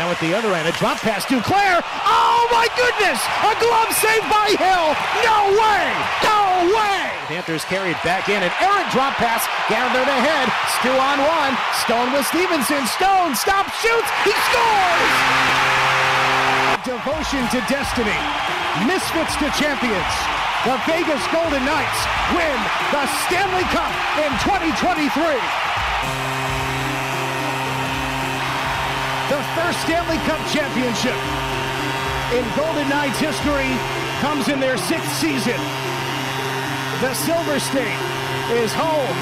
Now at the other end, a drop pass to Claire. Oh my goodness! A glove save by Hill. No way! No way! Panthers carried back in. An errant drop pass gathered ahead. Stu on one. Stone with Stevenson. Stone stops, shoots. He scores! Devotion to destiny. Misfits to champions. The Vegas Golden Knights win the Stanley Cup in 2023. the first Stanley Cup championship in Golden Knights history comes in their sixth season. The Silver State is home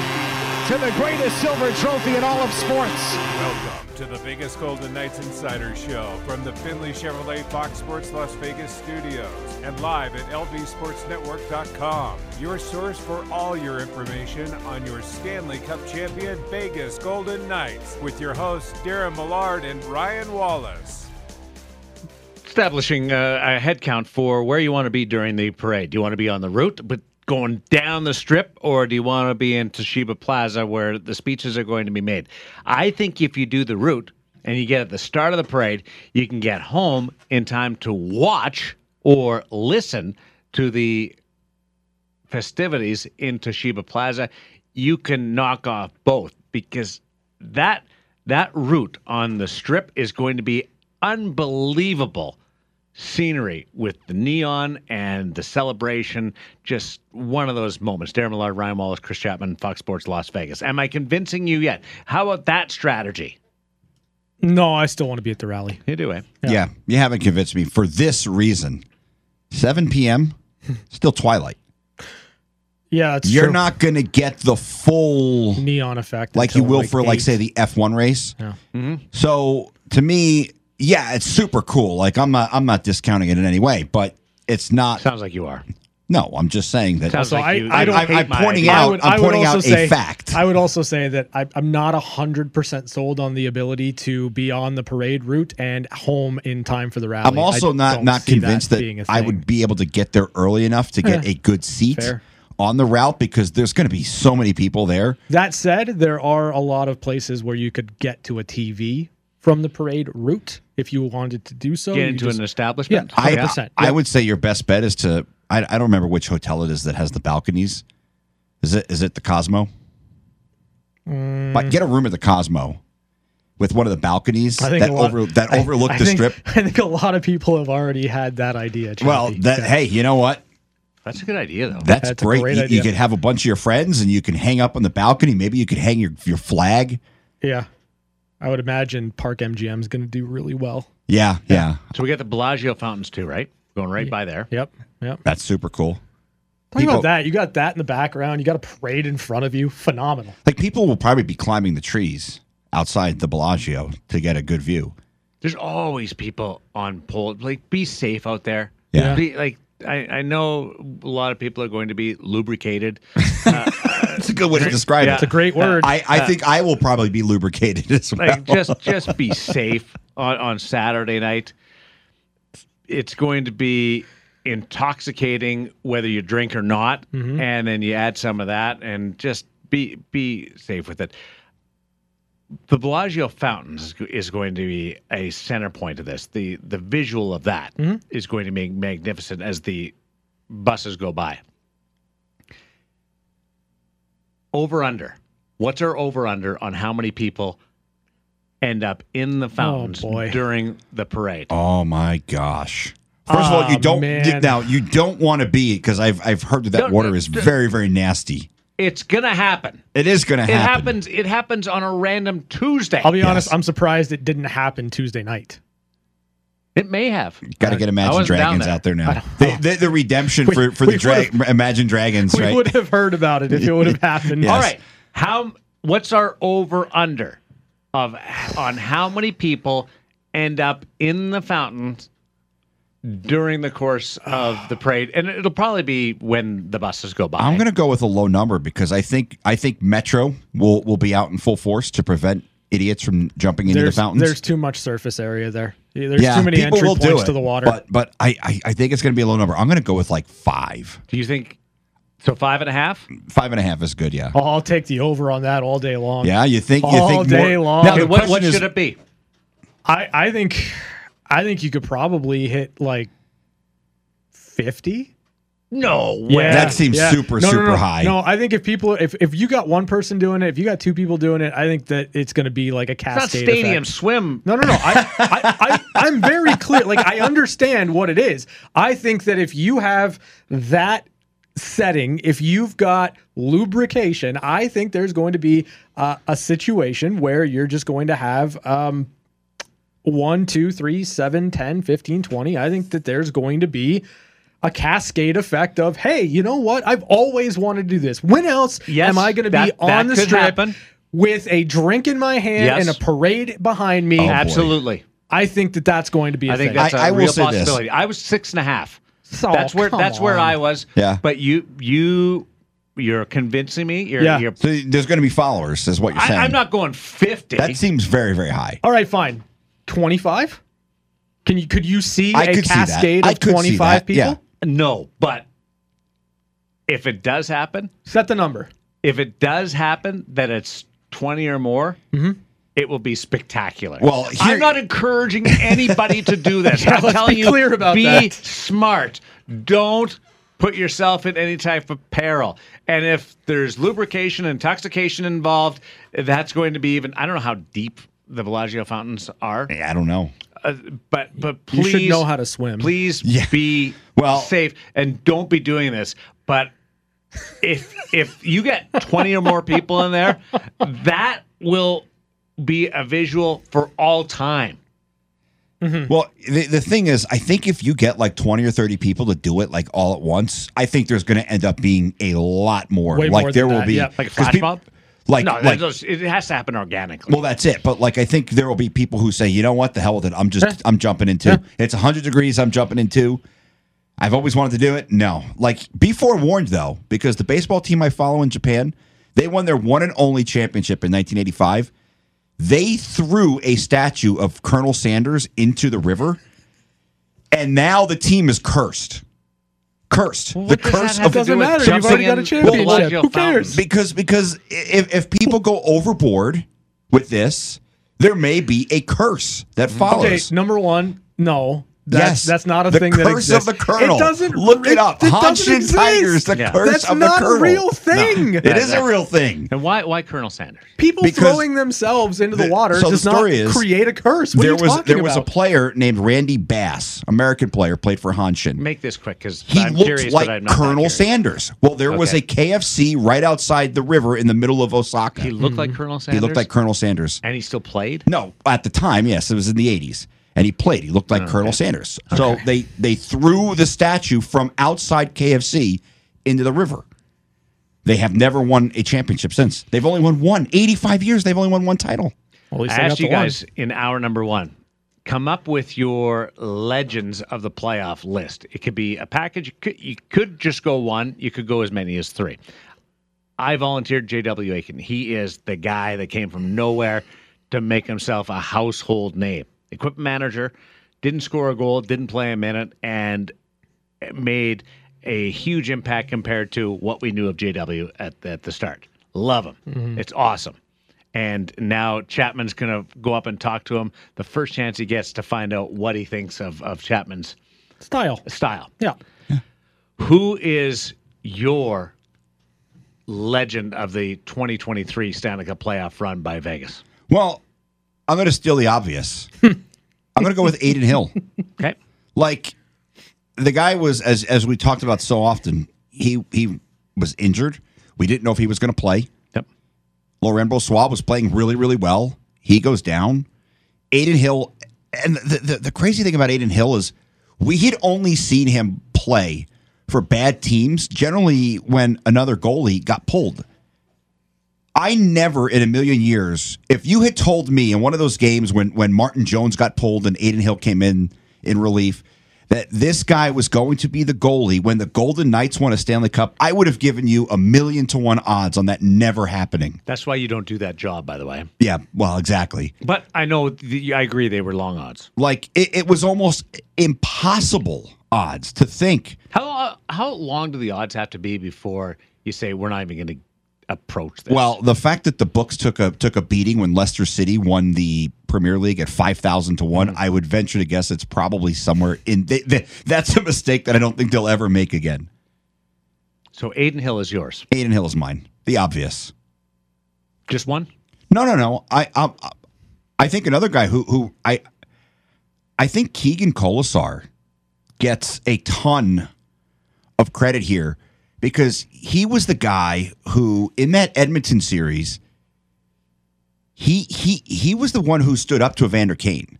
to the greatest silver trophy in all of sports. Welcome to the Vegas Golden Knights Insider Show from the Finley Chevrolet Fox Sports Las Vegas studios and live at lvsportsnetwork.com. Your source for all your information on your Stanley Cup champion Vegas Golden Knights with your hosts Darren Millard and Ryan Wallace. establishing uh, a head count for where you want to be during the parade. Do you want to be on the route, but going down the strip, or do you want to be in Toshiba Plaza where the speeches are going to be made? I think if you do the route and you get at the start of the parade, you can get home in time to watch or listen to the festivities in Toshiba Plaza, you can knock off both because that that route on the strip is going to be unbelievable scenery with the neon and the celebration. Just one of those moments. Darren Millard, Ryan Wallace, Chris Chapman, Fox Sports Las Vegas. Am I convincing you yet? How about that strategy? No, I still want to be at the rally. You do it. Yeah. you haven't convinced me for this reason. 7 p.m. still twilight. Yeah, it's You're true. not going to get the full neon effect like you until, will for like eight. say the F1 race. Yeah. So to me, yeah, it's super cool. Like I'm not I'm not discounting it in any way, but it's not. Sounds like you are. No, I'm just saying that. Sounds Also, like I- you. I don't I'm, hate I'm my pointing idea. I out. would- I I'm would pointing also out say- a fact. I would also say that I, I'm not hundred percent sold on the ability to be on the parade route and home in time for the rally. I'm also I not don't not see convinced that, being a I thing. would be able to get there early enough to get Yeah. a good seat Fair. on the route because there's going to be so many people there. That said, there are a lot of places where you could get to a TV from the parade route if you wanted to do so. Get You into just- an establishment. Yeah, I, 100%, I yeah. would say your best bet is to. I, I don't remember which hotel it is that has the balconies. Is it is it the Cosmo? Mm. But get a room at the Cosmo with one of the balconies I think that a lot- over that I- overlook I the think- strip. I think a lot of people have already had that idea. Well, Chappie. that Yeah. hey, you know what? That's a good idea, though. That's, That's a great. great You- you, idea. could have a bunch of your friends and you can hang up on the balcony. Maybe you could hang your, your flag. yeah, I would imagine Park MGM is going to do really well. Yeah, yeah. so we got the Bellagio fountains too, right? Going right by there. Yep, yep. That's super cool. Talking People- about that, you got that in the background. You got a parade in front of you. Phenomenal. Like people will probably be climbing the trees outside the Bellagio to get a good view. there's always people on pole. Like, be safe out there. Yeah. Be, like, I, I know a lot of people are going to be lubricated. Uh, That's a good way to describe Yeah. it. It's a great word. Uh, I, I think I will probably be lubricated as well. like, just just be safe on, on Saturday night. It's going to be intoxicating whether you drink or not, and then you add some of that, and just be be safe with it. The Bellagio fountains is go- is going to be a center point of this. the The visual of that is going to be magnificent as the buses go by. Over under. What's our over under on how many people end up in the fountains boy. during the parade? Oh my gosh. First of all, you Ah, don't you, man. now you don't want to be because I've I've heard that that Don't- water is don't- very very nasty. It's gonna happen. It is going to It happen. happens. It happens on a random Tuesday. I'll be honest. Yes. I'm surprised it didn't happen Tuesday night. it may have. Got to I get Imagine wasn't down Dragons there. out there now. The, the, the redemption for, for we the dra- Imagine Dragons, We right? would have heard about it if it would have happened. Yes. All right. How? What's our over under of on how many people end up in the fountains during the course of the parade? And it'll probably be when the buses go by. I'm going to go with a low number because I think I think Metro will will be out in full force to prevent idiots from jumping into There's, the fountains. there's too much surface area there. There's too many people entry will do points it, to the water. But but I I, I think it's going to be a low number. I'm going to go with like five. Do you think? So five and a half. Five and a half is good. Yeah. I'll, I'll take the over on that all day long. Yeah, you think you All think day more, long. Now, Okay, the what what question is, should it be? I I think I think you could probably hit like fifty. No way. That seems super, super high. No, I think if people if if you got one person doing it, if you got two people doing it, I think that it's going to be like a It's not cascade. stadium effect. swim. No, no, no. I, I, I, I'm very clear. Like, I understand what it is. I think that if you have that setting, if you've got lubrication, I think there's going to be uh, a situation where you're just going to have um, 1, 2, 3, 7, 10, 15, 20. I think that there's going to be a cascade effect of, hey, you know what? I've always wanted to do this. When else Yes, am I going to be that- on that the could strip happen. with a drink in my hand Yes. and a parade behind me? Oh, boy. Absolutely. I think that that's going to be. I I think thing. that's a I- I will real say this. possibility. I was six and a half. Oh, that's where come that's where on. I was. Yeah. But you you you're convincing me. You're, Yeah. you're So there's going to be followers, is what you're I, saying. I'm not going fifty. That seems very, very high. All right, fine. Twenty five. Can you could you see I a could see that. cascade I of could see twenty five that, people? yeah. no, but if it does happen, Set the number. if it does happen that it's 20 or more, Mm-hmm. it will be spectacular. Well, here- I'm not encouraging anybody to do this. I'm let's telling be you, clear about be that. smart. Don't put yourself in any type of peril. And if there's lubrication, intoxication involved, that's going to be even. I don't know how deep the Bellagio fountains are, Eh. Yeah, I don't know. uh, but but You please should know how to swim. please Yeah. be Well- safe and don't be doing this. But if if you get twenty or more people in there, that will be a visual for all time. Hmm. Well, the, the thing is, I think if you get like 20 or 30 people to do it like all at once, I think there's going to end up being a lot more. Way like more there than will that, be yeah. Like a 'cause flash peop- mob? Like, no, like those- it has to happen organically. well, that's it. But like, I think there will be people who say, you know what, the hell with it. I'm just, I'm jumping into. It's 100 degrees. I'm jumping into. I've always wanted to do it. No, like, be forewarned though, because the baseball team I follow in Japan, they won their one and only championship in 1985. They threw a statue of Colonel Sanders into the river, and now the team is cursed. Cursed. the does that curse have of to Doesn't do with matter. You've jumping already got a in the championship. Bellagio Who cares? fountain? because because if if people go overboard with this, there may be a curse that Okay, follows. number one, no. That's, Oh, yes, that's not a the thing curse that exists. of the colonel. It doesn't look it up. It Hunch doesn't and exist. Tigers, the Yeah. curse That's of not the a colonel. real thing. It is a real thing. And why why Colonel Sanders? People Because- throwing themselves into the, the- water so the does not story is, create a curse. What there are you was talking there was a about? player named Randy Bass, American player, played for Hanshin. Make this quick because He I'm looked curious, but like I'm not that Colonel curious. Sanders. Well, there was a Okay. KFC right outside the river in the middle of Osaka. He looked like Colonel Sanders. he looked like Colonel Sanders. and he still played. No, at the time, yes, it was in the eighties, and he played. He looked like Colonel Sanders. So they they threw the statue from outside KFC into the river. They have never won a championship since. They've only won one. Eighty five years. They've only won one title. Well, at I least they got asked the you one. guys in hour number one, come up with your legends of the playoff list. It could be a package. You could, you could just go one. You could go as many as three. I volunteered J.W. Aiken. He is the guy that came from nowhere to make himself a household name. Equipment manager, didn't score a goal, didn't play a minute, and made a huge impact compared to what we knew of JW at, at the start. Love him. It's awesome. And now Chapman's going to go up and talk to him the first chance he gets to find out what he thinks of, of Chapman's Style. style. Yeah. Who is your legend of the 2023 Stanley Cup playoff run by Vegas? Well, I'm going to steal the obvious. I'm going to go with Aiden Hill. Okay. Like the guy was as as we talked about so often. He he was injured. We didn't know if he was going to play. Yep. Laurent Brossois was playing really, really well. He goes down. Aiden Hill, and the, the, the crazy thing about Aiden Hill is we had only seen him play for bad teams, generally when another goalie got pulled. I never in a million years, if you had told me in one of those games when when Martin Jones got pulled and Aiden Hill came in in relief, that this guy was going to be the goalie when the Golden Knights won a Stanley Cup, I would have given you a million to one odds on that never happening. That's why you don't do that job, by the way. Yeah, well, exactly. But I know, the, I agree, they were long odds. Like it, it was almost impossible odds to think. uh, How how long do the odds have to be before you say we're not even going to approach this. Well, the fact that the books took a took a beating when Leicester City won the Premier League at five thousand to one, I would venture to guess it's probably somewhere in. They, they, that's a mistake that I don't think they'll ever make again. so Aiden Hill is yours. Aiden Hill is mine. The obvious. Just one? No, no, no. I I, I think another guy who who I I think Keegan Colasar gets a ton of credit here because he was the guy who in that Edmonton series he he he was the one who stood up to Evander Kane.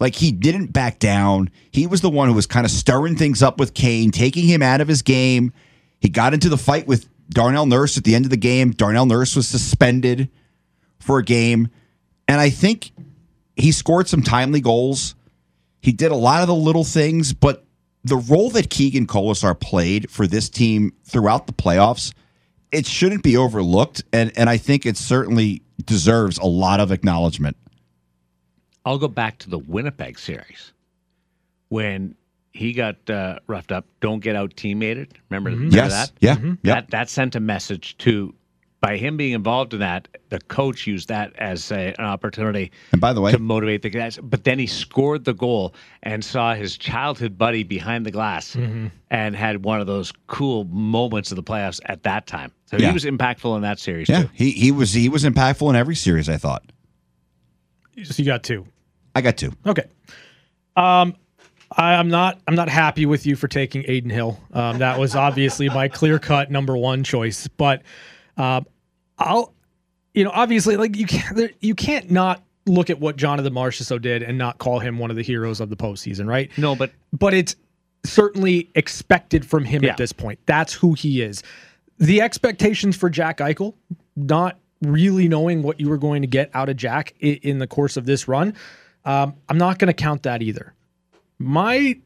Like he didn't back down. He was the one who was kind of stirring things up with Kane, taking him out of his game. He got into the fight with Darnell Nurse at the end of the game. Darnell Nurse was suspended for a game. And I think he scored some timely goals. He did a lot of the little things, but the role that Keegan Colasar played for this team throughout the playoffs, it shouldn't be overlooked. And and I think it certainly deserves a lot of acknowledgement. I'll go back to the Winnipeg series when he got uh, roughed up. Don't get out teammated. Remember, remember yes. that? Yeah. Yeah. That that sent a message to by him being involved in that. The coach used that as a, an opportunity And by the way, to motivate the guys. But then he scored the goal and saw his childhood buddy behind the glass and had one of those cool moments of the playoffs at that time. So Yeah. he was impactful in that series yeah, too. he he was he was impactful in every series. I thought So you got two. I got two. Okay. Um, I, I'm not. I'm not happy with you for taking Aiden Hill. Um, that was obviously my clear cut number one choice. But um, I'll, you know, obviously, like you can't. There, you can't not look at what Jonathan Marchessault did and not call him one of the heroes of the postseason, right? No, but but it's certainly expected from him Yeah. at this point. That's who he is. The expectations for Jack Eichel, not really knowing what you were going to get out of Jack i- in the course of this run, um, I'm not going to count that either. My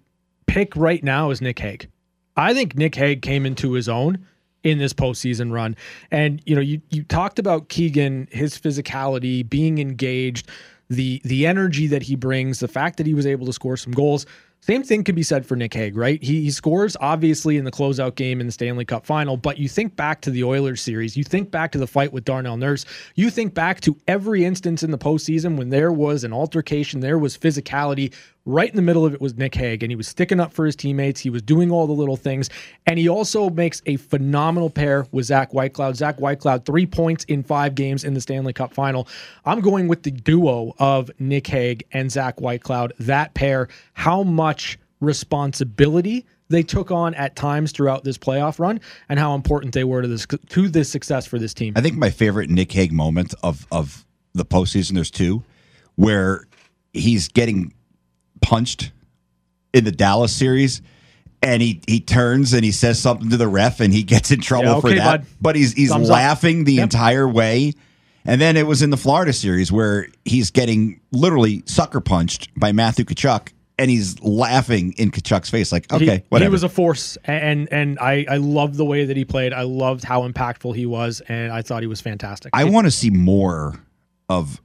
pick right now is Nick Hague. I think Nick Hague came into his own in this postseason run. And you know, you you talked about Keegan, his physicality, being engaged, the the energy that he brings, the fact that he was able to score some goals. Same thing could be said for Nick Hague, right? He, he scores obviously in the closeout game in the Stanley Cup final, but you think back to the Oilers series, you think back to the fight with Darnell Nurse, you think back to every instance in the postseason when there was an altercation, there was physicality. Right in the middle of it was Nick Hague, and he was sticking up for his teammates. He was doing all the little things, and he also makes a phenomenal pair with Zach Whitecloud. Zach Whitecloud, three points in five games in the Stanley Cup final. I'm going with the duo of Nick Hague and Zach Whitecloud. That pair, how much responsibility they took on at times throughout this playoff run, and how important they were to this to this success for this team. I think my favorite Nick Hague moment of of the postseason. There's two where he's getting punched in the Dallas series, and he he turns and he says something to the ref, and he gets in trouble Yeah, for okay, that. bud. But he's he's Thumbs up. laughing the entire way. And then it was in the Florida series where he's getting literally sucker punched by Matthew Kachuk, and he's laughing in Kachuk's face, like, He- okay, he, whatever. was a force, and and I I loved the way that he played. I loved how impactful he was, and I thought he was fantastic. I want to see more of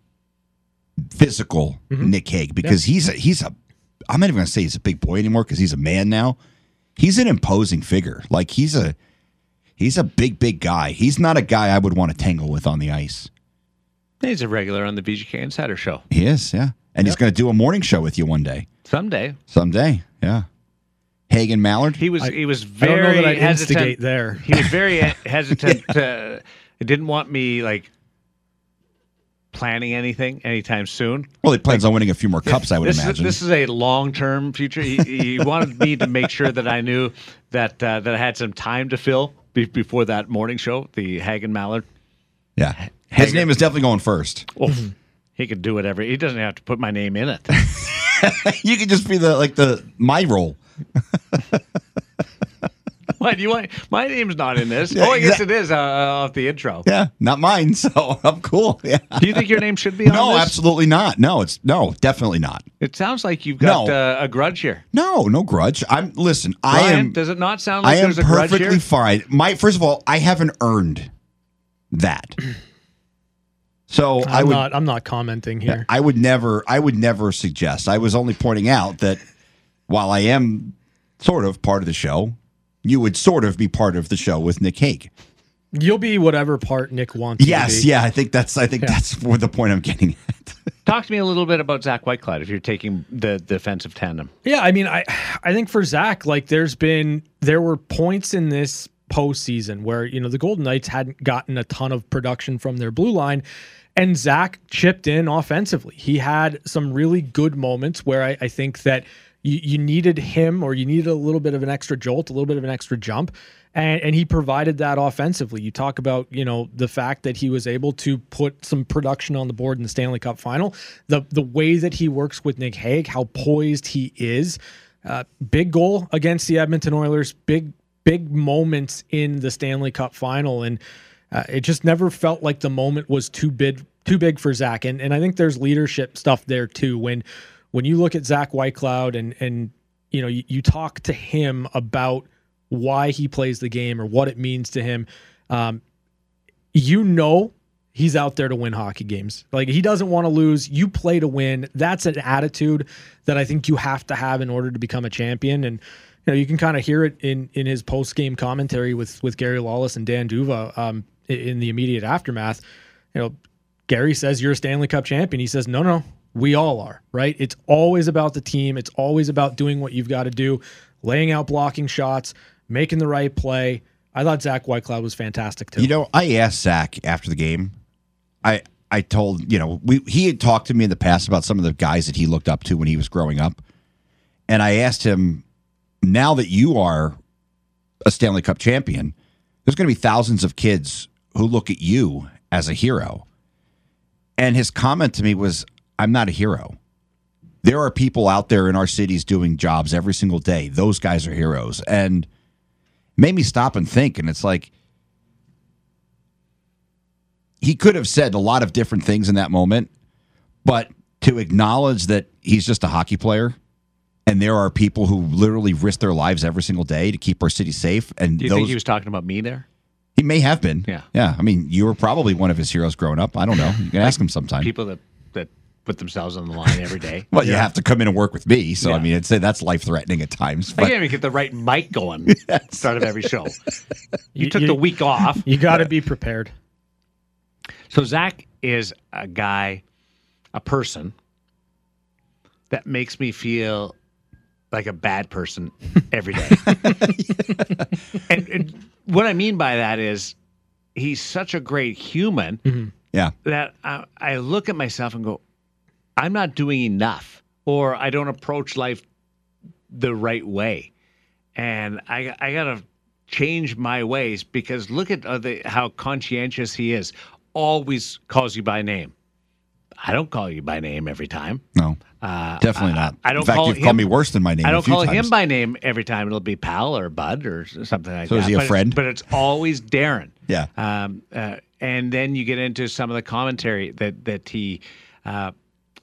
physical Nick Hague because he's a he's a I'm not even gonna say he's a big boy anymore because he's a man now. He's an imposing figure. Like he's a he's a big, big guy. He's not a guy I would want to tangle with on the ice. he's a regular on the BGK Insider Show. He is, yeah. And he's gonna do a morning show with you one day. Someday Someday. Yeah. Hague and Mallard. he was I- he was I very don't know that I'd hesitant. instigate there. He was very hesitant to didn't want me like planning anything anytime soon. well, he plans on winning a few more cups, I would this imagine. Is, this is a long-term future. He, he wanted me to make sure that I knew that uh, that I had some time to fill be- before that morning show, the Hagen Mallard. yeah. His name is definitely going first. Oh, he could do whatever. He doesn't have to put my name in it. you could just be the like the my role. what you want? My name's not in this. Yeah, oh, I guess exa- it is uh, off the intro. Yeah. Not mine, so I'm cool. Yeah. Do you think your name should be on No, this? absolutely not. No, it's no, definitely not. It sounds like you've got No. uh, a grudge here. No, no grudge. I'm listen. I Ryan, am. does it not sound I like am there's a grudge perfectly here? fine. My first of all, I haven't earned that. So I'm i would. not I'm not commenting here. I would never. I would never suggest. I was only pointing out that while I am sort of part of the show, you would sort of be part of the show with Nick Hague. You'll be whatever part Nick wants. you to Yes, be. yeah, I think that's I think that's where the point I'm getting at. Talk to me a little bit about Zach Whitecloud if you're taking the defensive tandem. Yeah, I mean, I I think for Zach, like there's been there were points in this postseason where you know the Golden Knights hadn't gotten a ton of production from their blue line, and Zach chipped in offensively. He had some really good moments where I, I think that you, you needed him or you needed a little bit of an extra jolt, a little bit of an extra jump. And, and he provided that offensively. You talk about, you know, the fact that he was able to put some production on the board in the Stanley Cup final, the the way that he works with Nick Hague, how poised he is. Uh, big goal against the Edmonton Oilers, big big moments in the Stanley Cup final, and uh, it just never felt like the moment was too big too big for Zach. And and I think there's leadership stuff there too. When when you look at Zach Whitecloud and and you know you, you talk to him about why he plays the game or what it means to him, um, you know he's out there to win hockey games. Like he doesn't want to lose. You play to win. That's an attitude that I think you have to have in order to become a champion. And you know you can kind of hear it in in his post game commentary with with Gary Lawless and Dan Duva um, i- in the immediate aftermath. You know Gary says you're a Stanley Cup champion. He says no no. We all are, right? It's always about the team. It's always about doing what you've got to do, laying out blocking shots, making the right play. I thought Zach Whitecloud was fantastic too. You know, I asked Zach after the game. I I told you know we he had talked to me in the past about some of the guys that he looked up to when he was growing up, and I asked him now that you are a Stanley Cup champion, there's going to be thousands of kids who look at you as a hero. And his comment to me was, "I'm not a hero." There are people out there in our cities doing jobs every single day. Those guys are heroes, and it made me stop and think. And it's like he could have said a lot of different things in that moment, but to acknowledge that he's just a hockey player and there are people who literally risk their lives every single day to keep our city safe and Do you those think he was talking about me there? he may have been. Yeah. Yeah. I mean, you were probably one of his heroes growing up. I don't know. You can ask him sometime. People that that put themselves on the line every day. well, you have to come in and work with me. So, I Yeah. mean, I'd say that's life threatening at times. I But can't even get the right mic going at the start of every show. You You- took you- the week off. You got to be prepared. So Zach is a guy, a person that makes me feel like a bad person every day. and, and what I mean by that is he's such a great human yeah. that I, I look at myself and go, I'm not doing enough, or I don't approach life the right way, and I I gotta change my ways because look at uh, the, how conscientious he is. Always calls you by name. I don't call you by name every time. No. Uh, Definitely not. I don't In fact, call you've called him- me worse than my name. I a don't few call times. him by name every time. It'll be pal or bud or s- something like So that. is he a But it's- friend? But it's always Darren. Yeah. Um, uh, and then you get into some of the commentary that that he uh,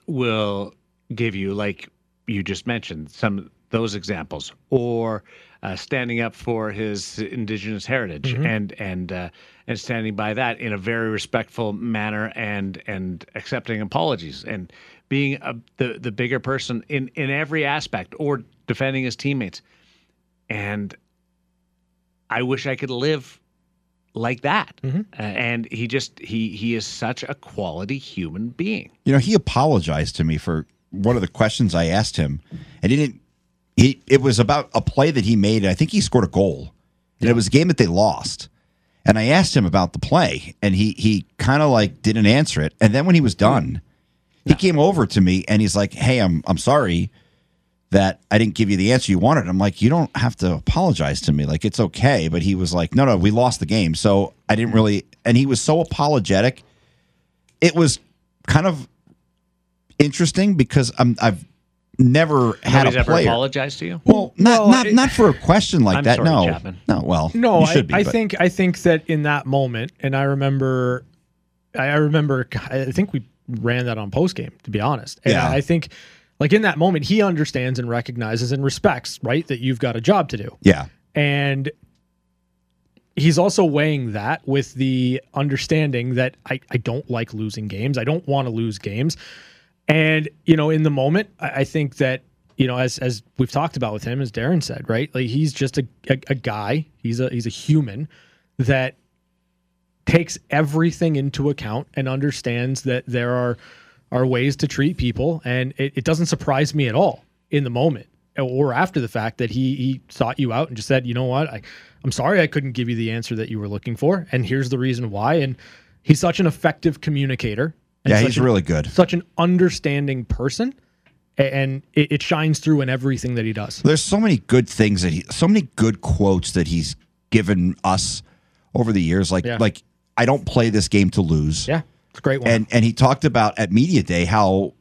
will give you, like you just mentioned, some of those examples, or uh, standing up for his indigenous heritage and and uh, and standing by that in a very respectful manner and and accepting apologies and being a, the the bigger person in in every aspect or defending his teammates and I wish I could live like that. Mm-hmm. Uh, and he just he he is such a quality human being. You know, he apologized to me for one of the questions I asked him, and he didn't. He it was about a play that he made, and I think he scored a goal, and it was a game that they lost. And I asked him about the play, and he he kind of like didn't answer it. And then when he was done, he came over to me and he's like, "Hey, I'm I'm sorry that I didn't give you the answer you wanted." I'm like, "You don't have to apologize to me. Like it's okay." But he was like, "No, no, we lost the game, so I didn't really." And he was so apologetic. It was kind of interesting because I'm I've never had Nobody's a ever player. apologized to you. well, not Well, not it- not for a question like I'm that. sorry, no, Chapman. no. Well, No, you I, should be, I but- think I think that in that moment, and I remember, I I remember, I think we ran that on post game to be honest. And Yeah. I think, like in that moment, he understands and recognizes and respects right that you've got a job to do, yeah, and he's also weighing that with the understanding that I, I don't like losing games. I don't want to lose games. And, you know, in the moment, I, I think that, you know, as as we've talked about with him, as Darren said, right? Like he's just a, a, a guy. He's a he's a human that takes everything into account and understands that there are are ways to treat people, and it, it doesn't surprise me at all in the moment or after the fact that he he sought you out and just said, you know what, I, I'm sorry I couldn't give you the answer that you were looking for, and here's the reason why. And he's such an effective communicator. and Yeah, such he's an- really good. Such an understanding person, a- and it, it shines through in everything that he does. There's so many good things that he, so many good quotes that he's given us over the years. Like, Yeah. like I don't play this game to lose. Yeah, it's a great one. And and he talked about at media day how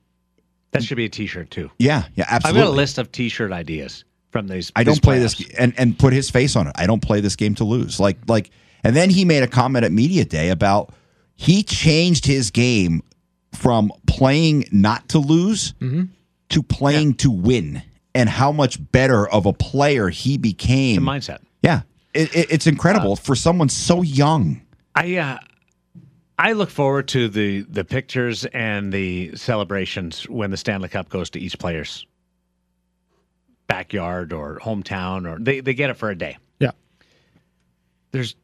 That should be a T-shirt too. yeah yeah I've absolutely. got a list of T-shirt ideas from these. I don't these play playoffs. this and and put his face on it. I don't play this game to lose. Like like and then he made a comment at media day about he changed his game from playing not to lose to playing to win and how much better of a player he It's a became. mindset. yeah. It, it, it's incredible for someone so young. I uh, I look forward to the the pictures and the celebrations when the Stanley Cup goes to each player's backyard or hometown, or they they get it for a day. Yeah. There's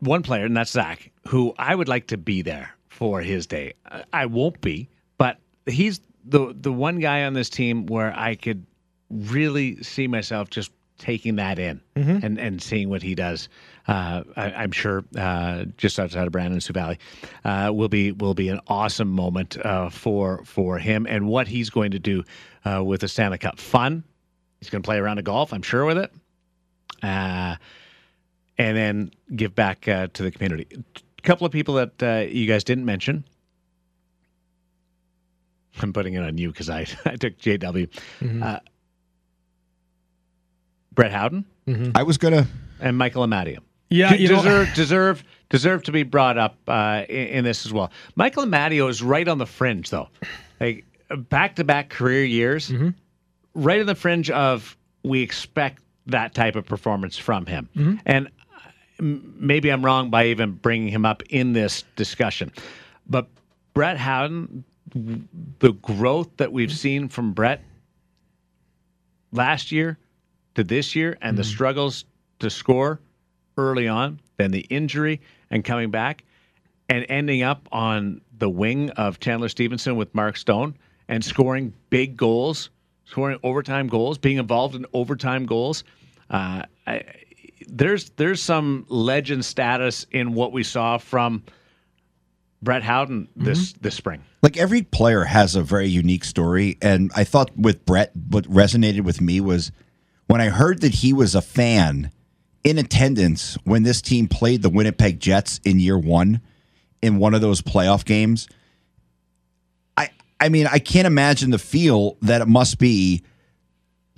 one player, and that's Zach, who I would like to be there for his day. I- I won't be, but he's the the one guy on this team where I could really see myself just taking that in and, and seeing what he does. Uh, I, I'm sure uh, just outside of Brandon Sioux Valley uh, will be will be an awesome moment uh, for for him and what he's going to do uh, with the Stanley Cup. Fun. He's going to play around a golf. I'm sure with it. Uh, and then give back uh, to the community. A couple of people that uh, you guys didn't mention. I'm putting it on you because I, I took JW. Uh, Brett Howden I was gonna and Michael Amadio. yeah, De- you know- deserve, deserve, deserve to be brought up uh, in, in this as well. Michael Amadio is right on the fringe, though. Like back to back career years, Mm-hmm. right on the fringe of we expect that type of performance from him. Mm-hmm. And uh, m- maybe I'm wrong by even bringing him up in this discussion, but Brett Howden, w- the growth that we've seen from Brett last year to this year and the struggles to score early on, then the injury and coming back, and ending up on the wing of Chandler Stevenson with Mark Stone and scoring big goals, scoring overtime goals, being involved in overtime goals. Uh, I, there's there's some legend status in what we saw from Brett Howden this this spring. like every player has a very unique story and i thought with brett what resonated with me was when i heard that he was a fan in attendance when this team played the winnipeg jets in year one in one of those playoff games i i mean i can't imagine the feel that it must be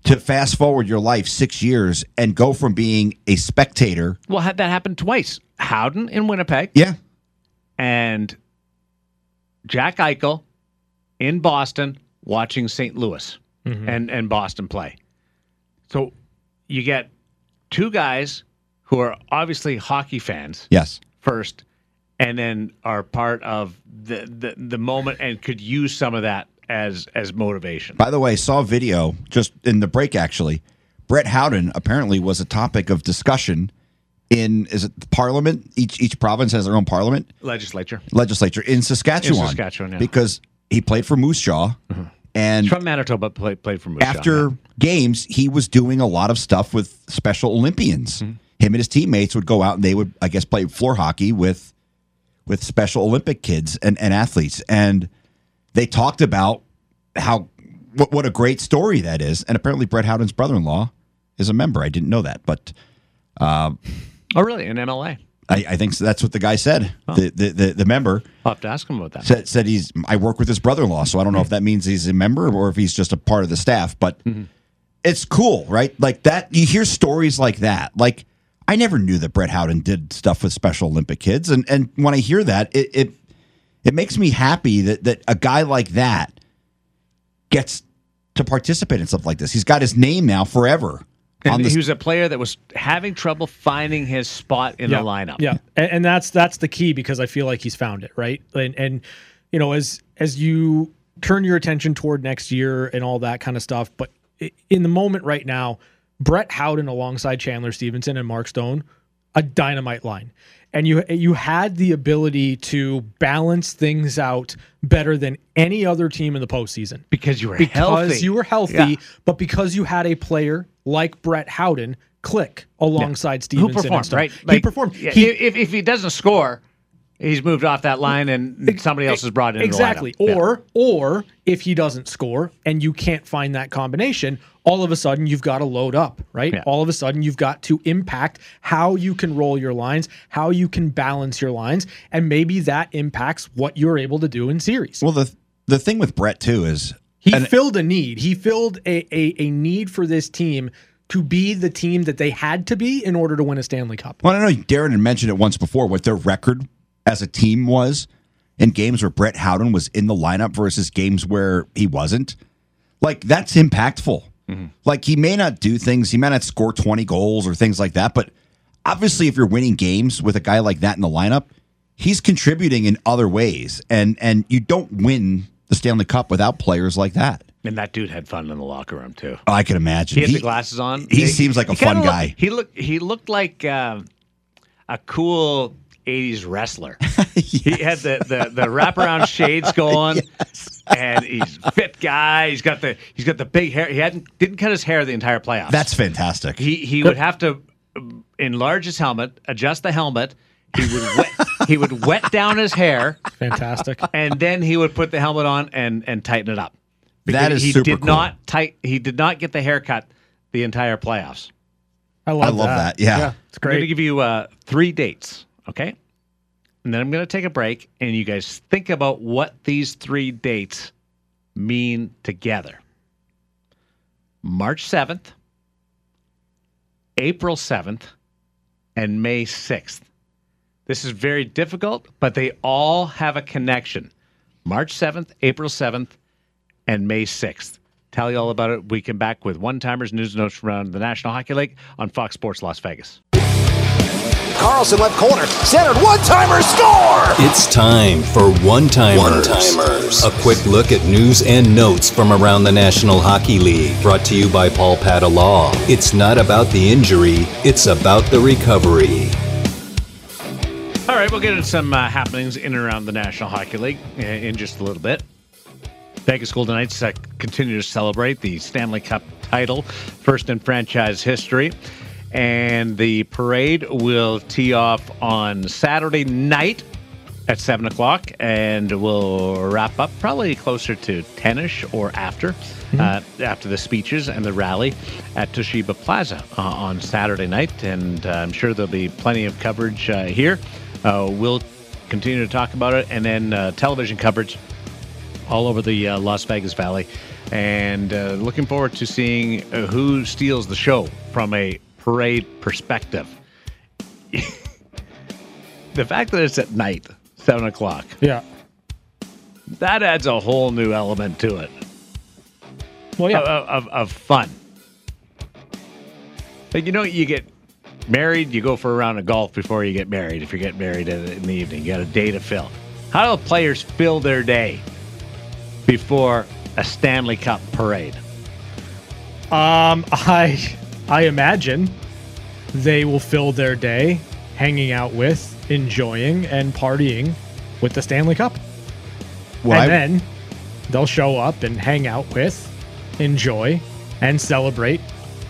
to fast forward your life six years and go from being a spectator Well, had that happened twice. Howden in Winnipeg, yeah and Jack Eichel in Boston watching St. Louis and, and Boston play. So you get two guys who are obviously hockey fans yes first and then are part of the, the, the moment and could use some of that as as motivation. By the way, saw a video just in the break actually. Brett Howden apparently was a topic of discussion in is it the parliament? Each each province has their own parliament Legislature. legislature in Saskatchewan. In Saskatchewan, yeah. Mm-hmm. Because he played for Moose Jaw and From Manitoba played played for Moose Jaw, after games he was doing a lot of stuff with Special Olympians. Him and his teammates would go out and they would I guess play floor hockey with with Special Olympic kids and, and athletes and they talked about how what, what a great story that is. And apparently, Brett Howden's brother-in-law is a member. I didn't know that, but yeah. Oh really? In MLA. I, I think that's what the guy said. The, the the the member I'll have to ask him about that. said said he's. I work with his brother-in-law, so I don't know if that means he's a member or if he's just a part of the staff. But Mm-hmm. it's cool, right? Like that. You hear stories like that. Like I never knew that Brett Howden did stuff with Special Olympic kids, and and when I hear that, it it, it makes me happy that that a guy like that gets to participate in stuff like this. He's got his name now forever. on And the he was a player that was having trouble finding his spot in yeah, the lineup. Yeah, and, and that's that's the key because I feel like he's found it right. And and you know as as you turn your attention toward next year and all that kind of stuff, but i- in the moment right now, Brett Howden alongside Chandler Stevenson and Mark Stone. a dynamite line. And you you had the ability to balance things out better than any other team in the postseason because you were because healthy. you were healthy, Yeah. but because you had a player like Brett Howden click alongside who Stevenson. and performed, stuff. right? he Like, performed. yeah, He- if, if he doesn't score, he's moved off that line, and somebody else is brought in. exactly. The lineup. Yeah. Or or if he doesn't score and you can't find that combination, all of a sudden you've got to load up, right? Yeah. All of a sudden you've got to impact how you can roll your lines, how you can balance your lines, and maybe that impacts what you're able to do in series. Well, the the thing with Brett too is He filled a need. He filled a, a a need for this team to be the team that they had to be in order to win a Stanley Cup. Well, I know Darren had mentioned it once before what their record as a team was in games where Brett Howden was in the lineup versus games where he wasn't. Like that's impactful. Mm-hmm. Like he may not do things, he may not score 20 goals or things like that, but obviously if you're winning games with a guy like that in the lineup, he's contributing in other ways. And and you don't win the Stanley Cup without players like that. and that dude had fun in the locker room too. I can imagine. He had He- the glasses on. he seems like a kinda fun looked- guy. he looked he looked like uh, a cool '80s wrestler. He had the, the the wraparound shades going, and he's a fit guy. He's got the he's got the big hair. He hadn't didn't cut his hair the entire playoffs. That's fantastic. he he would have to um, enlarge his helmet, adjust the helmet. He would wet he would wet down his hair, Fantastic. and then he would put the helmet on and and tighten it up. That is he super did cool. not tight. He did not get the haircut the entire playoffs. I love, I love that. Yeah. it's I'm going to great. give you uh, three dates, okay? And then I'm going to take a break, and you guys think about what these three dates mean together. March 7th, April 7th, and May 6th. This is very difficult, but they all have a connection. March 7th, April 7th, and May 6th. Tell you all about it. We come back with one timers, news and notes from around the National Hockey League on Fox Sports Las Vegas. Carlson left corner, centered one timer, score! It's time for One Timers. One Timers. A quick look at news and notes from around the National Hockey League. Brought to you by Paul Patalaw. It's not about the injury, it's about the recovery. All right, we'll get into some uh, happenings in and around the National Hockey League uh, in just a little bit. Vegas Golden Knights uh, continue to celebrate the Stanley Cup title, first in franchise history. And the parade will tee off on Saturday night at 7 o'clock and we'll wrap up probably closer to 10 ish or after, uh, after the speeches and the rally at Toshiba Plaza uh, on Saturday night. And uh, I'm sure there'll be plenty of coverage uh, here. Uh, we'll continue to talk about it and then uh, television coverage all over the uh, Las Vegas Valley, and uh, looking forward to seeing uh, who steals the show from a parade perspective. the fact that it's at night, seven o'clock, Yeah. that adds a whole new element to it Well, yeah. of, of, of fun. Like you know, you get married, you go for a round of golf before you get married. If you get married in, in the evening, you got a day to fill. How do the players fill their day before a Stanley Cup parade? Um, I I imagine they will fill their day hanging out with, enjoying, and partying with the Stanley Cup, Well, I- and then they'll show up and hang out with, enjoy, and celebrate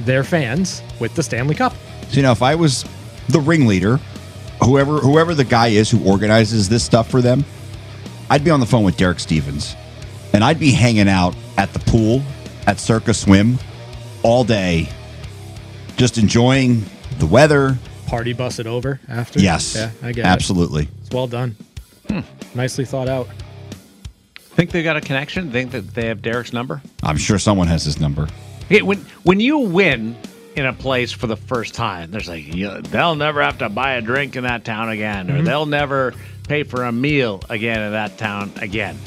their fans with the Stanley Cup. So, you know, if I was the ringleader, whoever whoever the guy is who organizes this stuff for them, I'd be on the phone with Derek Stevens, and I'd be hanging out at the pool at Circus Swim all day, just enjoying the weather. Party bus it over after. Yes, Hmm. Yeah, I get it. absolutely. It's well done. Nicely thought out. Think they got a connection? Think that they have Derek's number? I'm sure someone has his number. Okay, when when you win in a place for the first time, there's like you, they'll never have to buy a drink in that town again, Mm-hmm. or they'll never pay for a meal again in that town again.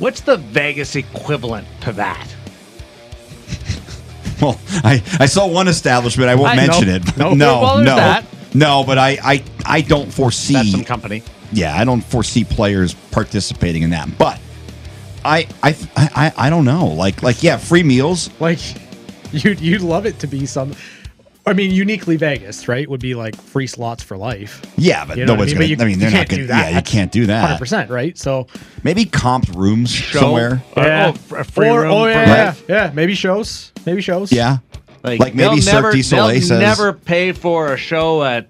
What's the Vegas equivalent to that? Well, I, I saw one establishment. I won't I- mention no, it. no. no, Well, there's no, that. no. But I, I, I don't foresee That's some company. yeah, I don't foresee players participating in that. But I, I, I, I don't know. Like, like, yeah, free meals. Like you'd you'd love it to be some I mean, uniquely Vegas, right? Would be like free slots for life. Yeah, but You know what I nobody's mean? But you- gonna. I mean, you they're can't not do gonna. that. Yeah, you can't do Hundred that. percent, right? So Maybe comped rooms somewhere. Show? Or- Yeah. oh, fr- a free or, room oh for- yeah, yeah, yeah, maybe shows, maybe shows. Yeah, like, maybe they'll never, Cirque du Soleil they'll says never pay for a show at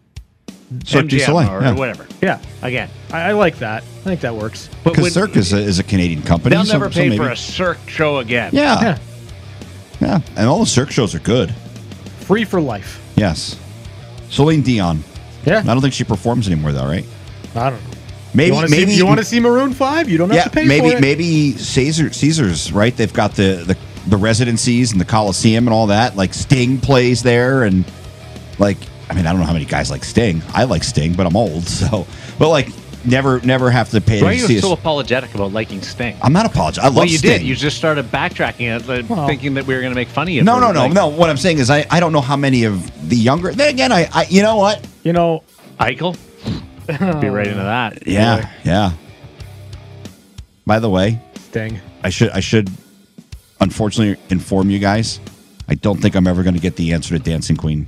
Cirque du MGM Soleil. or yeah. whatever. yeah. Again, I, I like that. I think that works. but when, Because Cirque is a, is a Canadian company. they'll so- never so pay maybe- for a Cirque show again. Yeah. Yeah, yeah, and all the Cirque shows are good. free for life. Yes, Celine Dion. Yeah, I don't think she performs anymore, though, right? I don't know. Maybe you want to maybe see, you wanna see Maroon Five? You don't have yeah, to pay maybe for it. maybe Caesar Caesar's right. They've got the, the the residencies and the Coliseum and all that. Like Sting plays there, and like I mean, I don't know how many guys like Sting. I like Sting, but I'm old, so but like never never have to pay Why are to you see. so us. apologetic about liking Sting? I'm not apologizing. I love well, you Sting. did. You just started backtracking it, like, Well- thinking that we were going to make fun of you. no, for, no, no, like, no. What I'm saying is, I, I don't know how many of the younger. Then again, I, I you know what? You know, Eichel. Be right into that. Yeah, yeah. By the way, Sting. I should I should unfortunately inform you guys. I don't think I'm ever going to get the answer to Dancing Queen.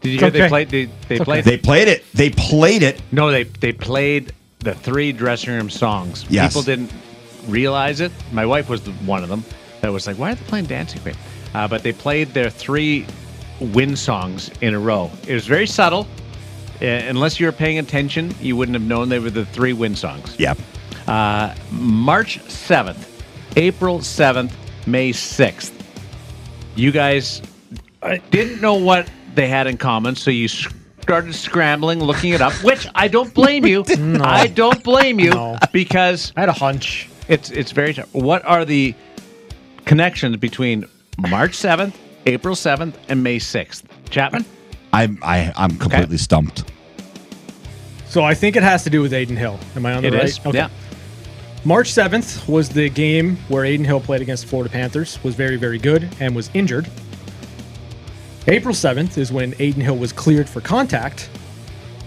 Did you hear okay. they played? They, they played. They played it. They played it. no, they they played the three dressing room songs. Yes. People didn't realize it. My wife was the, one of them that was like, "Why are they playing Dancing Queen?" Uh, but they played their three win songs in a row. It was very subtle. Uh, unless you were paying attention, you wouldn't have known they were the three win songs. Yep. uh, March 7th, April 7th, May 6th. You guys didn't know what they had in common, so you s- started scrambling, looking it up, which I don't blame you. I don't blame you No. because I had a hunch. it's it's very tough. What are the connections between March 7th, April 7th, and May 6th? Chapman? I'm I, I'm completely stumped. So I think it has to do with Aiden Hill. Am I on the It right? is. Yeah. March 7th was the game where Aiden Hill played against the Florida Panthers, was very, very good, and was injured. April 7th is when Aiden Hill was cleared for contact.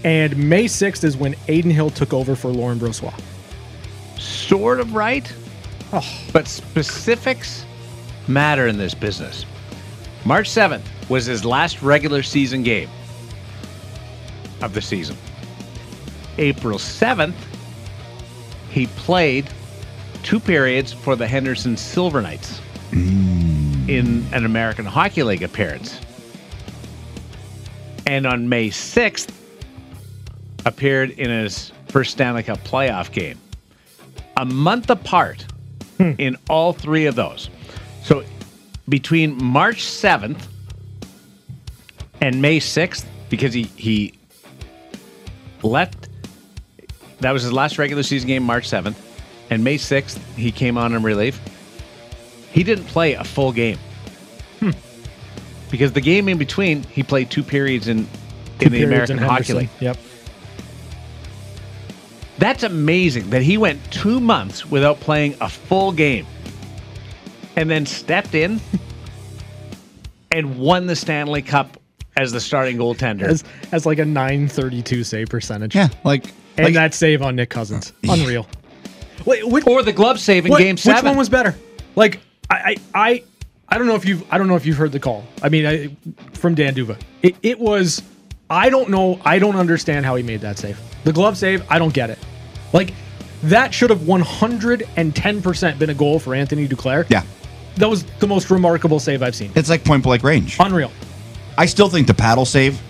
And May 6th is when Aiden Hill took over for Lauren Brossois. sort of right, but specifics matter in this business. March 7th was his last regular season game of the season. April 7th, he played two periods for the Henderson Silver Knights in an American Hockey League appearance. And on May 6th, appeared in his first Stanley Cup playoff game a month apart Hmm. in all three of those. So between March 7th and May 6th, because he, he left, that was his last regular season game, March 7th, and May 6th, he came on in relief. He didn't play a full game. Hmm. Because the game in between, he played two periods in, in the Periods American in Hockey Henderson. League. Yep. That's amazing that he went two months without playing a full game and then stepped in and won the Stanley Cup as the starting goaltender. As, as like a 932 save percentage. Yeah, like And like that save on Nick Cousins. Unreal. Wait, which, or the glove save in What- game seven. Which one was better? Like I, I, I, I don't know if you've I don't know if you've heard the call. I mean, I, from Dan Duva, it, it was. I don't know. I don't understand how he made that save. The glove save. I don't get it. Like that should have 110 percent been a goal for Anthony Duclair. yeah. that was the most remarkable save I've seen. It's like point blank range. Unreal. I still think the paddle save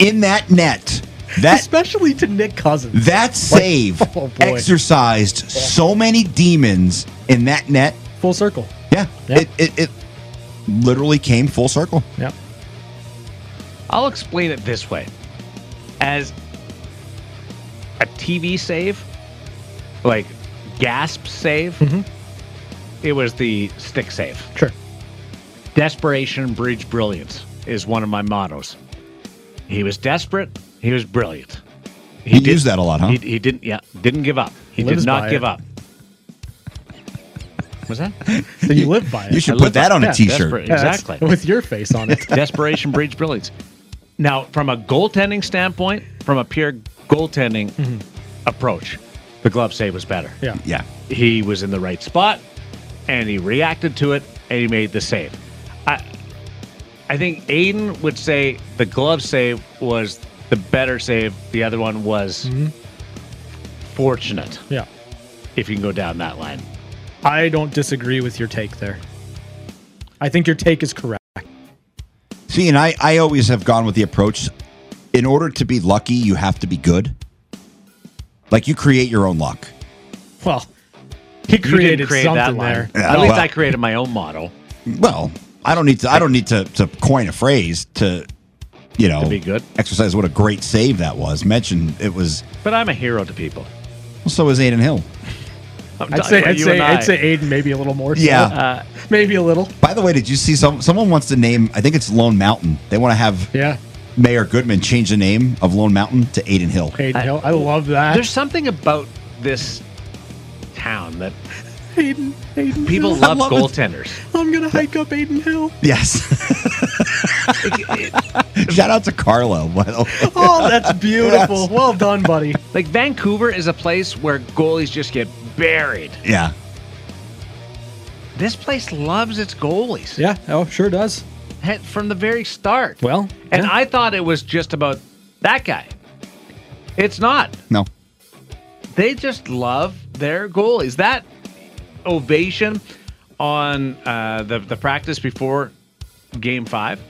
in that net. That Especially to Nick Cousins. that save oh boy. exercised so many demons in that net. Full circle. Yeah. Yeah. It, it it literally came full circle. Yeah. I'll explain it this way. As a TV save, like gasp save, it was the stick save. Mm-hmm. Sure. Desperation breeds brilliance is one of my mottos. He was desperate. He was brilliant. He, did- used that a lot, huh? He, he didn't. Yeah, didn't give up. He Lives did by not it. give up. Was that So you live by it. you I should love put that on Yeah, a t-shirt. desperate. Yeah, that's- exactly. With your face on it. desperation breeds brilliance? Now, from a goaltending standpoint, from a pure goaltending Mm-hmm. approach, the glove save was better. Yeah. Yeah. he was in the right spot and he reacted to it and he made the save. I I I think Aiden would say the glove save was the better save. The other one was Mm-hmm. fortunate, Yeah. if you can go down that line. I don't disagree with your take there. I think your take is correct. See, and I, I always have gone with the approach in order to be lucky, you have to be good. Like you create your own luck. Well, he You didn't created create something there. Yeah, At least well- I created my own model Well, I don't need to I don't need to, to coin a phrase to you know to be good, exercise what a great save that was. Mention it was but I'm a hero to people. well, so was Aiden Hill. I'm I'd talking say about I'd you say and I. Uh, I'd say Aiden maybe a little more. so. Yeah. maybe a little. By the way, did you see some someone wants to name I think it's Lone Mountain. They want to have Yeah, Mayor Goodman change the name of Lone Mountain to Aiden Hill. Aiden Hill. I love that. There's something about this town that Aiden. Aiden. people Hill. love, love it. goaltenders. I'm gonna hike up Aiden Hill. Yes. Shout out to Carlo, by the way. Oh, that's beautiful. Yes. Well done, buddy. Like Vancouver is a place where goalies just get buried. Yeah. This place loves its goalies Yeah. Oh, sure does. Had- from the very start. Well, And yeah. I thought it was just about that guy. It's not. No. They just love their goalies. That ovation on uh, the the practice before Game Five,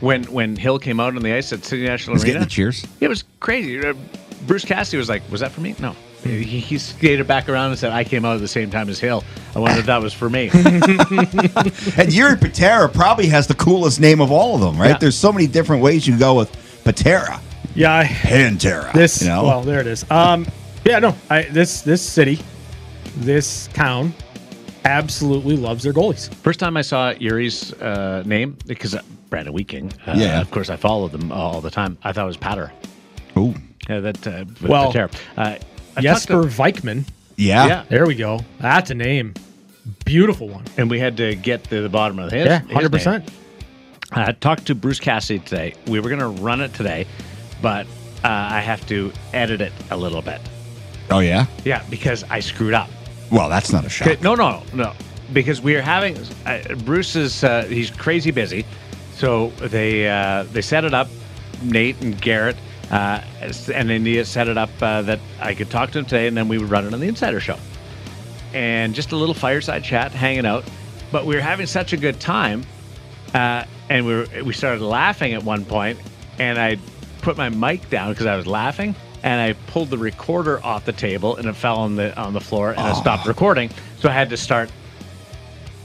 when when Hill came out on the ice at City National He's getting Arena, the cheers. it was crazy. Uh, Bruce Cassidy was like, "Was that for me?" No. He, he skated back around and said, "I came out at the same time as Hill. I wonder if that was for me." And Yuri Patera probably has the coolest name of all of them, right? Yeah. There's so many different ways you can go with Patera, Yeah. I, Pantera. This you know? well, there it is. Um, yeah, no, I this this city, this town, absolutely loves their goalies. First time I saw Yuri's uh, name, because uh, Brandon Weeking, uh, Yeah. of course, I follow them all the time. I thought it was Patter. Ooh. Yeah, that uh, b- Well, Patera. Uh, I Jesper talked Vikman. Yeah. to- yeah, There we go. That's a name. Beautiful one. and we had to get to the bottom of his. Yeah, his hundred name. percent. I talked to Bruce Cassidy today. We were going to run it today, but uh, I have to edit it a little bit. Oh yeah. Yeah, because I screwed up. Well, that's not a Okay, shot. No, no, no. Because we are having uh, Bruce is uh, he's crazy busy, so they uh, they set it up. Nate and Garrett uh, and India set it up uh, that I could talk to him today, and then we would run it on the Insider Show, and just a little fireside chat, hanging out. But we were having such a good time, uh, and we were, we started laughing at one point, and I put my mic down because I was laughing, and I pulled the recorder off the table, and it fell on the on the floor, Oh. and I stopped recording. So I had to start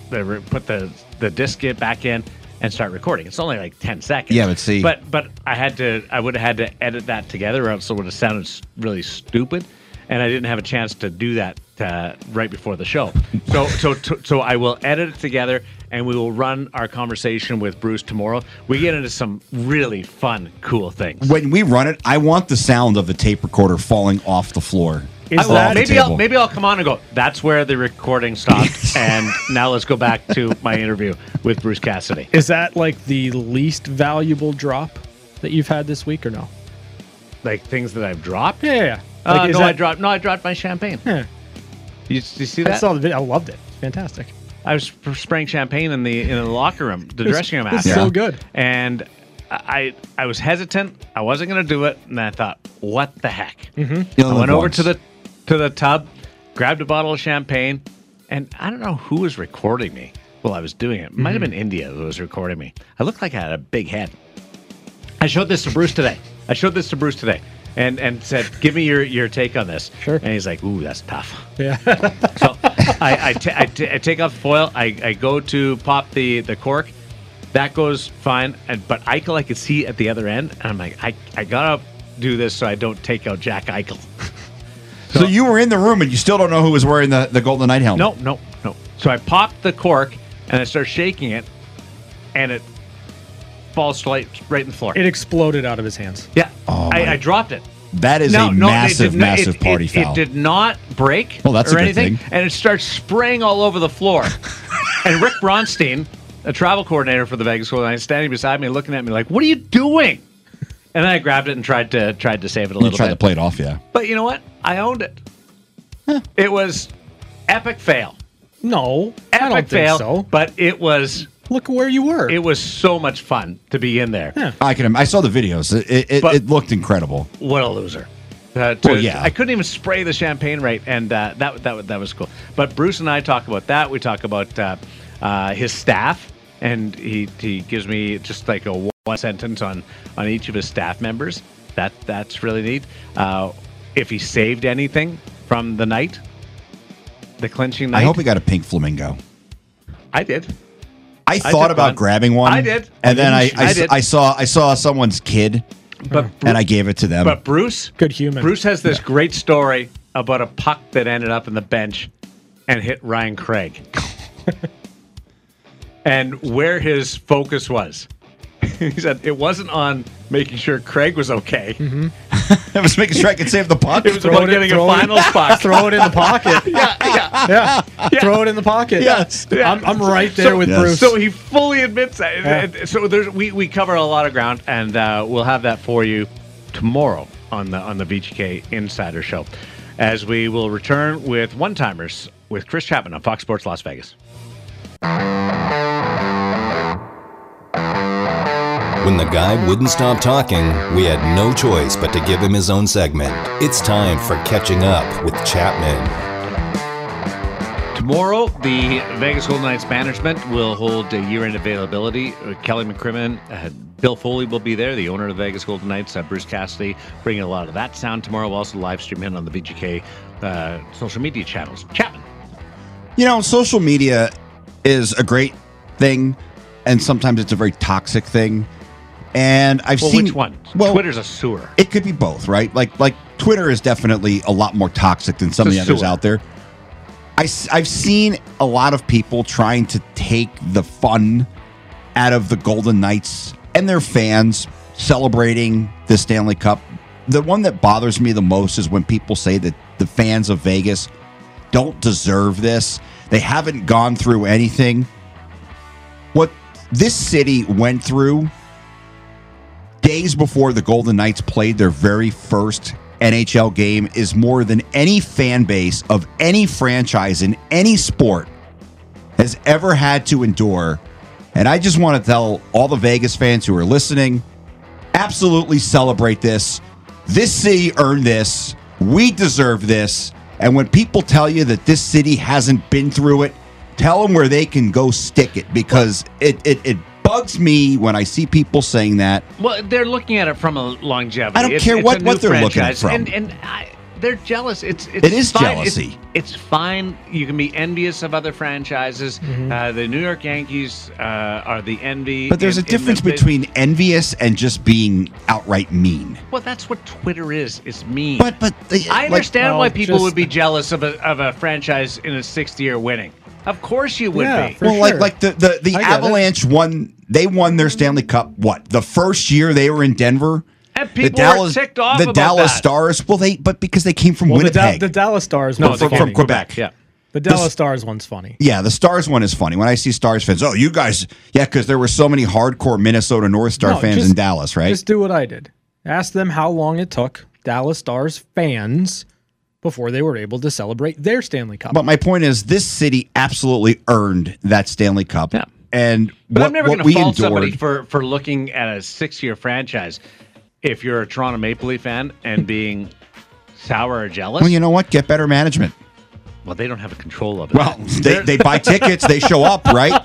the re- put the the disc it back in and start recording. It's only like ten seconds. Yeah, but see- but but I had to I would have had to edit that together, or else it would have sounded s- really stupid. And I didn't have a chance to do that uh, right before the show. So so t- so I will edit it together, and we will run our conversation with Bruce tomorrow. We get into some really fun, cool things. When we run it, I want the sound of the tape recorder falling off the floor. Is I will- that- the maybe I'll table. maybe I'll come on and go. That's where the recording stopped, and now let's go back to my interview with Bruce Cassidy. Is that like the least valuable drop that you've had this week or no? Like things that I've dropped. Yeah, yeah. yeah. Uh, Like, is no, I that- dropped. No, I dropped my champagne. Yeah. You, you see I that? saw the video. I loved it. Fantastic. I was sp- spraying champagne in the in the locker room, the dressing room It's after, so good. and I I was hesitant. I wasn't going to do it, and I thought, what the heck? Mm-hmm. You I only went live over once. to the to the tub, grabbed a bottle of champagne, and I don't know who was recording me while I was doing it. It Might have Mm-hmm. been India that was recording me. I looked like I had a big head. I showed this to Bruce today. I showed this to Bruce today, and and said, "Give me your your take on this." Sure. And he's like, "Ooh, that's tough." Yeah. So I, I, ta- I, ta- I take off the foil. I, I go to pop the, the cork. That goes fine. And, but Eichel, I could see at the other end. And I'm like, I, I got to do this so I don't take out Jack Eichel. So you were in the room and you still don't know who was wearing the, the Golden Knight helmet. No, no, no. So I pop the cork and I start shaking it. And it falls right, right in the floor. it exploded out of his hands. yeah. Oh, my- I, I dropped it. That is a it massive, did not- it- massive party it, foul. It did not break Well, that's a or good anything, thing. and it starts spraying all over the floor. and Rick Bronstein, a travel coordinator for the Vegas Golden Knights, standing beside me, looking at me like, "What are you doing?" And then I grabbed it and tried to tried to save it a you little tried bit. to play it off, yeah. But you know what? I owned it. It was epic fail, No, I epic don't think fail. so. But it was Look where you were. It was so much fun to be in there. I can. I saw the videos. It it, But- it looked incredible. What a loser. Uh, to- Well, yeah. I couldn't even spray the champagne right, and uh, that that that was cool. But Bruce and I talk about that. We talk about uh, uh, his staff, and he he gives me just like a one sentence on on each of his staff members. That that's really neat. Uh, if he saved anything from the night, the clinching night, I hope he got a pink flamingo. I did. I I thought took about one. grabbing one. I did. and then I didn't I, you? I s- did. I saw I saw someone's kid, But and I gave it to them. But Bruce, Good human. Bruce has this great story about a puck that ended up in the bench and hit Ryan Craig, and where his focus was. he said it wasn't on making sure Craig was okay. I was making sure I could save the puck. It was Throw about Mm-hmm. it in- getting a throw it- final puck. Throw it in the pocket. yeah, yeah, yeah, Throw it in the pocket. Yes. I'm, I'm right there with Yes. Bruce. So he fully admits that. Yeah. And- and So there's we, we cover a lot of ground, and uh, we'll have that for you tomorrow on the on the VGK Insider Show, as we will return with one timers with Chris Chapman on Fox Sports Las Vegas. When the guy wouldn't stop talking, we had no choice but to give him his own segment. It's time for Catching Up with Chapman. Tomorrow, the Vegas Golden Knights management will hold a year-end availability. Uh, Kelly McCrimmon, uh, Bill Foley will be there, the owner of the Vegas Golden Knights, uh, Bruce Cassidy, bringing a lot of that sound tomorrow. We'll also live stream in on the VGK uh, social media channels. Chapman. You know, social media is a great thing, and sometimes it's a very toxic thing. And I've Well, seen which one? Well, Twitter's a sewer. It could be both, right? Like like Twitter is definitely a lot more toxic than some of It's a the others sewer. out there. I, have seen a lot of people trying to take the fun out of the Golden Knights and their fans celebrating the Stanley Cup. The one that bothers me the most is when people say that the fans of Vegas don't deserve this. They haven't gone through anything. What this city went through days before the Golden Knights played their very first NHL game is more than any fan base of any franchise in any sport has ever had to endure. And I just want to tell all the Vegas fans who are listening absolutely celebrate this. This city earned this. We deserve this. And when people tell you that this city hasn't been through it, tell them where they can go stick it because it, it, it bugs me when I see people saying that. Well, they're looking at it from a longevity. I don't It's- care it's what- a what new they're looking at franchise, from. And, and I, they're jealous. It's, it's It is fine. jealousy. It's, it's fine. You can be envious of other franchises. Uh, the New York Yankees uh, are the envy. Mm-hmm. But there's in- a in the difference big- between envious and just being outright mean. Well, that's what Twitter is. It's mean. But but the- I like- understand Oh, why people just- would be jealous of a, of a franchise in its sixth year winning. Of course you would Yeah, be. for well, like sure. like the the, the I get it. Avalanche won. They won their Stanley Cup. What the first year they were in Denver. And people were ticked off The about Dallas that. Stars. Well, they but because they came from well, the, Da- Winnipeg. the Dallas Stars. No, one's they from, came from from funny. Quebec. Yeah. The Dallas Stars one's funny. Yeah, the Stars one is funny. When I see Stars fans, oh, you guys, yeah, because there were so many hardcore Minnesota North Star No, fans just- in Dallas, right? Just do what I did. Ask them how long it took Dallas Stars fans before they were able to celebrate their Stanley Cup. But my point is, this city absolutely earned that Stanley Cup. Yeah. And But what, I'm never what going to we fault endured, somebody for for looking at a six year franchise if you're a Toronto Maple Leaf fan and being sour or jealous. Well, you know what? Get better management. well, they don't have a control of it. Well, they, they buy tickets, they show up, right?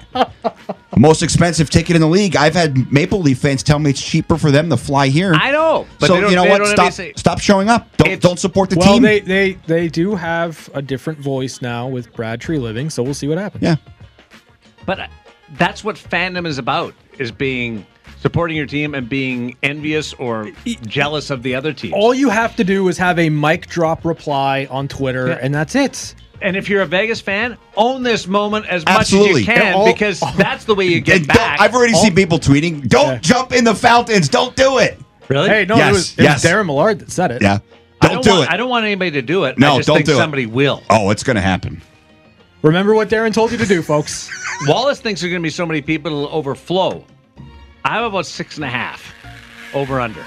Most expensive ticket in the league. I've had Maple Leaf fans tell me it's cheaper for them to fly here. I know, but so they don't, you know they what? don't have Stop, any say- stop showing up. Don't It's- don't support the well, team. they, they they do have a different voice now with Brad Tree Living, so we'll see what happens. yeah, But uh, that's what fandom is about: is being supporting your team and being envious or jealous of the other team. All you have to do is have a mic drop reply on Twitter, Yeah. and that's it. And if you're a Vegas fan, own this moment as much Absolutely. as you can And all- because that's the way you get And don't- back. Oh. I've already seen people tweeting, "Don't jump in the fountains. Don't do it." really. Hey, no, Yes, it, was, it yes. was Darren Millard that said it. Yeah, I don't, do want, it. I don't want anybody to do it. No, I just don't think do it. somebody will. oh, it's going to happen. Remember what Darren told you to do, folks. Wallace thinks there's going to be so many people it'll overflow. I'm about six and a half over under.